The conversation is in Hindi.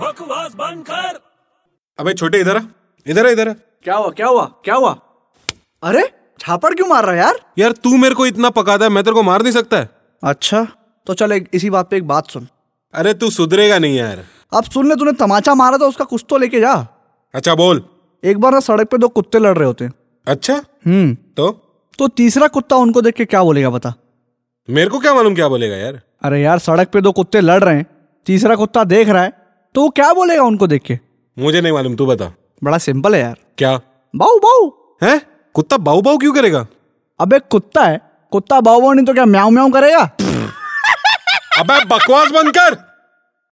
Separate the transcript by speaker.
Speaker 1: बकवास बंद कर
Speaker 2: अबे छोटे इधर आ इधर आ इधर आ
Speaker 3: क्या हुआ क्या हुआ क्या हुआ
Speaker 4: अरे छापड़ क्यों मार रहा है यार
Speaker 2: यार तू मेरे को इतना पकाता है मैं तेरे को मार नहीं सकता है
Speaker 4: अच्छा तो चल एक इसी बात पे एक बात सुन
Speaker 2: अरे तू सुधरेगा नहीं यार
Speaker 4: अब सुन ले तूने तमाचा मारा था उसका कुछ तो लेके जा
Speaker 2: अच्छा बोल
Speaker 4: एक बार ना सड़क पे दो कुत्ते लड़ रहे होते हैं
Speaker 2: अच्छा
Speaker 4: हम्म
Speaker 2: तो
Speaker 4: तो तीसरा कुत्ता उनको देख के क्या बोलेगा बता
Speaker 2: मेरे को क्या मालूम क्या बोलेगा यार
Speaker 4: अरे यार सड़क पे दो कुत्ते लड़ रहे हैं तीसरा कुत्ता देख रहा है तो वो क्या बोलेगा उनको देख के
Speaker 2: मुझे नहीं मालूम तू बता
Speaker 4: बड़ा सिंपल है यार
Speaker 2: क्या
Speaker 4: बाऊ बाऊ
Speaker 2: है कुत्ता बाऊ बाऊ क्यों करेगा
Speaker 4: अबे कुत्ता है कुत्ता बाऊ बाऊ नहीं तो क्या म्याऊ म्याऊ करेगा
Speaker 2: अबे बकवास बंद कर